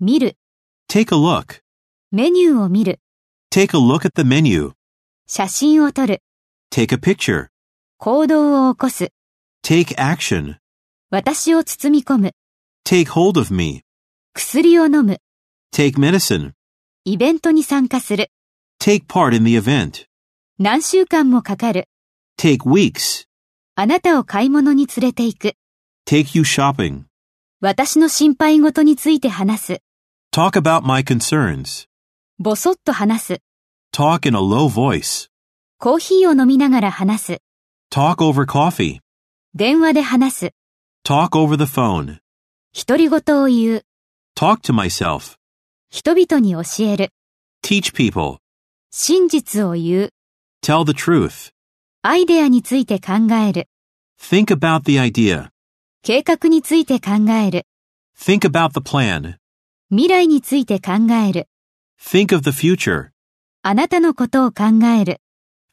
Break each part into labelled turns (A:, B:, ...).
A: 見る、
B: Take a look.
A: メニューを見る、
B: Take a look at the menu.
A: 写真を撮る、
B: Take a picture.
A: 行動を起こす、
B: Take action.
A: 私を包み込む、
B: Take hold of me.
A: 薬を飲む、
B: Take medicine.
A: イベントに参加する、
B: Take part in the event.
A: 何週間もかかる、
B: Take weeks.
A: あなたを買い物に連れて行く、
B: Take you shopping.
A: 私の心配事について話す、
B: Talk about my concerns.
A: ぼそっと話す、
B: Talk in a low voice.
A: コーヒーを飲みながら話す、
B: Talk over coffee.
A: 電話で話す、
B: Talk over the phone.
A: 独り言を言う、
B: Talk to myself.
A: 人々に教える、
B: Teach people.
A: 真実を言う、
B: Tell the truth.
A: アイデアについて考える、
B: Think about the idea.
A: 計画について考える、
B: Think about the plan.
A: 未来について考える、
B: Think of the future.
A: あなたのことを考える、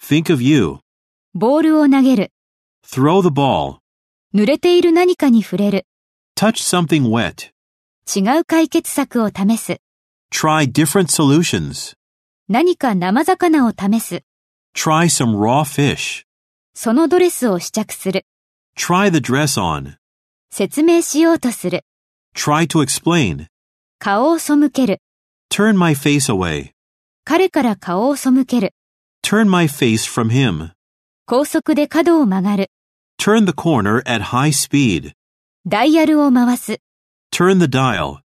B: Think of you.
A: ボールを投げる、
B: Throw the ball.
A: 濡れている何かに触れる、
B: Touch something wet.
A: 違う解決策を試す、
B: Try different solutions.
A: 何か生魚を試す、
B: Try some raw fish.
A: そのドレスを試着する、
B: Try the dress on.
A: 説明しようとする、
B: Try to explain.
A: 顔を背ける、
B: Turn my face away.
A: 彼から顔を背ける、
B: Turn my face from him.
A: 高速で角を曲がる、
B: Turn the corner at high speed.
A: ダイヤルを回す。
B: Turn the dial.